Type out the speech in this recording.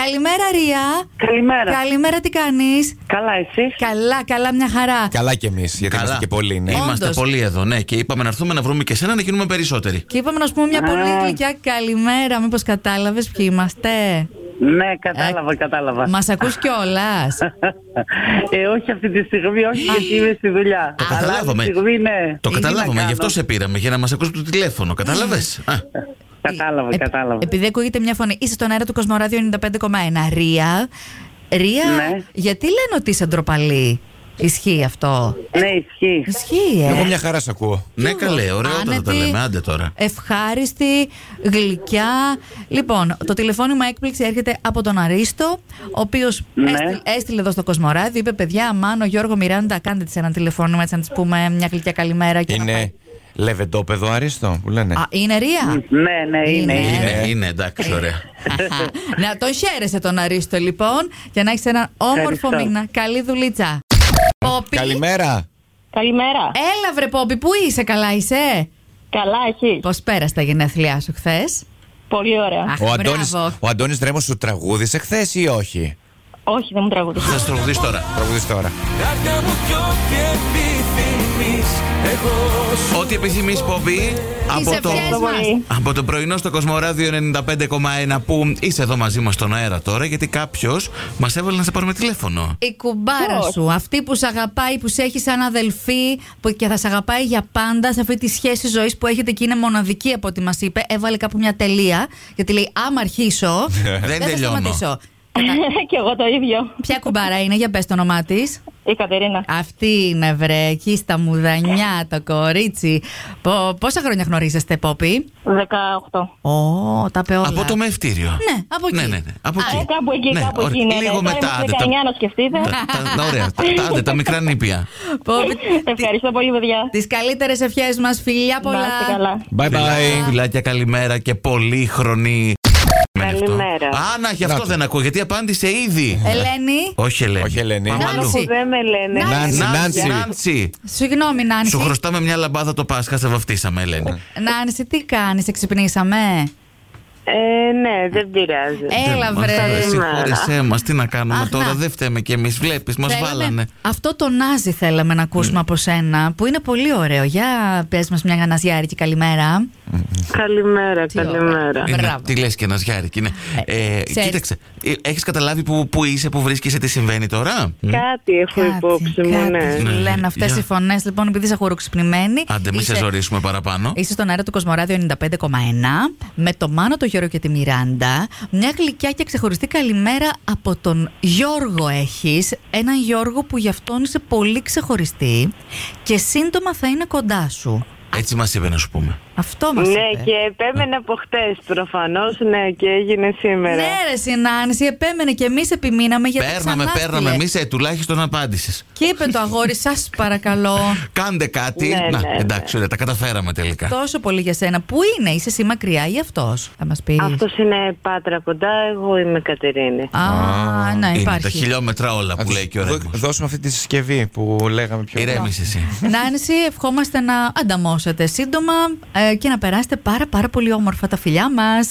Καλημέρα, Ρία. Καλημέρα. Καλημέρα, τι κάνεις. Καλά, εσύ. Καλά, καλά, μια χαρά. Καλά κι εμείς, γιατί Καλά. είμαστε και πολλοί. Ναι. Όντως. Είμαστε πολλοί εδώ, ναι. Και είπαμε να έρθουμε να βρούμε και σένα να γίνουμε περισσότεροι. Και είπαμε να σου πούμε μια Α. πολύ γλυκιά καλημέρα. Μήπως κατάλαβες ποιοι είμαστε. Ναι, κατάλαβα, κατάλαβα. Μας ακούς κιόλας. ε, όχι αυτή τη στιγμή, όχι γιατί είμαι στη δουλειά. Το Αλλά άλλη καταλάβαμε. στιγμή, ναι. Το Τι να καταλάβαμε, κάνω. γι' αυτό σε πήραμε, για να μας ακούσει το τηλέφωνο. Κατάλαβες. Ε, Κατάλαβα, κατάλαβα. Ε, Επειδή ακούγεται μια φωνή, είσαι στον αέρα του Κοσμοράδιο 95,1. Ρία. Ρία, Ναι. γιατί λένε ότι είσαι ντροπαλή. Ισχύει αυτό. Ναι, ισχύει. Ισχύει, ε. Εγώ μια χαρά σ' ακούω. Ναι, καλέ, ωραία όταν τα Άνετη, λέμε. Άντε τώρα. Ευχάριστη, γλυκιά. Λοιπόν, το τηλεφώνημα έκπληξη έρχεται από τον Αρίστο, ο οποίος Ναι. έστειλε εδώ στο Κοσμοράδιο. Είπε: Παιδιά, Μάνο, Γιώργο, Μιράντα, κάντε τη ένα τηλεφώνημα έτσι να τη πούμε μια γλυκιά καλημέρα. Και να πάει. Είναι λεβεντόπεδο αρίστο που λένε. Α, είναι ρία. ε, Ναι, ναι, Είναι. είναι. είναι. Είναι, είναι, εντάξει, ωραία. να τον χαίρεσαι τον Αρίστο, λοιπόν, και να έχεις ένα όμορφο Ευχαριστώ. μήνα. Καλή δουλίτσα. Πόπι. Καλημέρα. Καλημέρα. Έλα, βρε Πόπι, πού είσαι, καλά είσαι. Καλά, εσύ. Πώς πέρασε τα γενέθλιά σου χθες. Πολύ ωραία. Αχ, Ο Αντώνης, μπράβο. ο Αντώνης Ρέμος σου τραγούδισε χθες ή όχι. Όχι, δεν μου τραγουδίσει. Θα στρογδεί τώρα. Τραγουδίσει τώρα. Καρδιά μου κι ό,τι επιθυμείς Εγώ σου Ό,τι επιθυμείς, Ποπή, από το, ευχές μας. Πολύ. από το πρωινό στο Κοσμοράδιο 95,1 που είσαι εδώ μαζί μας στον αέρα τώρα, γιατί κάποιος μας έβαλε να σε πάρουμε τηλέφωνο. Η κουμπάρα Ποιος? σου, αυτή που σε αγαπάει, που σε έχει σαν αδελφή που και θα σε αγαπάει για πάντα σε αυτή τη σχέση ζωής που έχετε και είναι μοναδική από ό,τι μας είπε, έβαλε κάπου μια τελεία. Γιατί λέει: Άμα αρχίσω, Δεν θα τελειώνω». σταματήσω. και εγώ το ίδιο. Ποια κουμπάρα είναι, για πες το όνομά της. Η Κατερίνα. Αυτή είναι βρε, εκεί στα μουδανιά το κορίτσι. Πο- πόσα χρόνια γνωρίζεστε, Πόπι. 18. Ω, τα είπε όλα. Από το μευτήριο. Ναι, από εκεί. Ναι, ναι, ναι. Από Α, εκεί. Ε, κάπου εκεί, Ναι, κάπου ωραία. εκεί. Ναι, ναι. Λίγο Τώρα μετά. είμαστε άντε, τα- 19, σκεφτείτε. τα- τα- τα Ωραία. Τα- τα- άντε, Τα μικρά νήπια. Πόπι, Ευχαριστώ πολύ, παιδιά. τις καλύτερες ευχές μας, φιλιά πολλά. Να είστε καλά. Bye Φιλιά- bye. Φιλάκια, καλημέρα και πολύχρονη. Καλημέρα. Άννα, γι' αυτό Να το. Ε. δεν ακούω, γιατί απάντησε ήδη. Ελένη. Όχι, Ελένη. Όχι, Ελένη. Πάμε Νάνση. ε, αλλού. Δεν με λένε. Νάνση, Νάνση, Νάνση. Νάνση. Συγγνώμη, Νάνση. Σου χρωστάμε μια λαμπάδα το Πάσχα, σε βαφτίσαμε, Ελένη. Νάνση, τι κάνεις, εξυπνήσαμε. Ε, ναι, δεν πειράζει. Ε, Έλα, μας βρε. φταίει, Συγχώρεσέ μας, τι να κάνουμε Αχ, τώρα, να. δεν φταίμε κι εμείς. Βλέπεις, μας Θέλαμε- βάλανε. Ναι. Αυτό το Νάζι θέλαμε να ακούσουμε από σένα, που είναι πολύ ωραίο. Για πες μας μια γαναζιάρικη καλημέρα. Καλημέρα, ωραία. καλημέρα. Ε, Είναι- Μπράβο. Ναι, Τι λες και ένα Γιάρικ, είναι. Ε, ξέρεις. κοίταξε, έχεις καταλάβει που, που είσαι, που βρίσκεσαι, τι συμβαίνει τώρα. Ναι. Μμ. Κάτι έχω Κάτι, υπόψη μου, κάτι ναι. σου Ναι, Λένε ναι, αυτές για. οι φωνές, λοιπόν, επειδή είσαι χουροξυπνημένη. Άντε, μη σε είσαι- ζωρίσουμε παραπάνω. Είσαι στον αέρα του Κοσμοράδιο 95,1 με το Μάνο, το Γιώργο και τη Μιράντα. Μια γλυκιά και ξεχωριστή καλημέρα από τον Γιώργο έχεις. Έναν Γιώργο που γι' αυτόν είσαι πολύ ξεχωριστή και σύντομα θα είναι κοντά σου. Έτσι μας είπε να σου πούμε. Αυτό μας Ναι, ε. και επέμενα από χτες προφανώς, ναι, και έγινε σήμερα. Ναι, ρε Συνάνση, επέμενε και εμείς επιμείναμε γιατί Παίρναμε, ξανά παίρναμε στείλε. εμεί, τουλάχιστον απάντησες. Και είπε το αγόρι, σας παρακαλώ. Κάντε κάτι. Ναι, να, ναι, ναι. εντάξει, ωραία, τα καταφέραμε τελικά. τόσο πολύ για σένα. Πού είναι, είσαι εσύ μακριά ή αυτός, θα μας πεις. Αυτός είναι πάτρα κοντά, εγώ είμαι Κατερίνη. Α, ναι, είναι τα υπάρχει. χιλιόμετρα όλα Α, που λέει και ο δω- Ρέμος. Δώσουμε αυτή τη συσκευή που λέγαμε πιο Ηρέμησε εσύ. Νάνση, ευχόμαστε να ανταμώσετε σύντομα ε, και να περάσετε πάρα πάρα πολύ όμορφα τα φιλιά μας.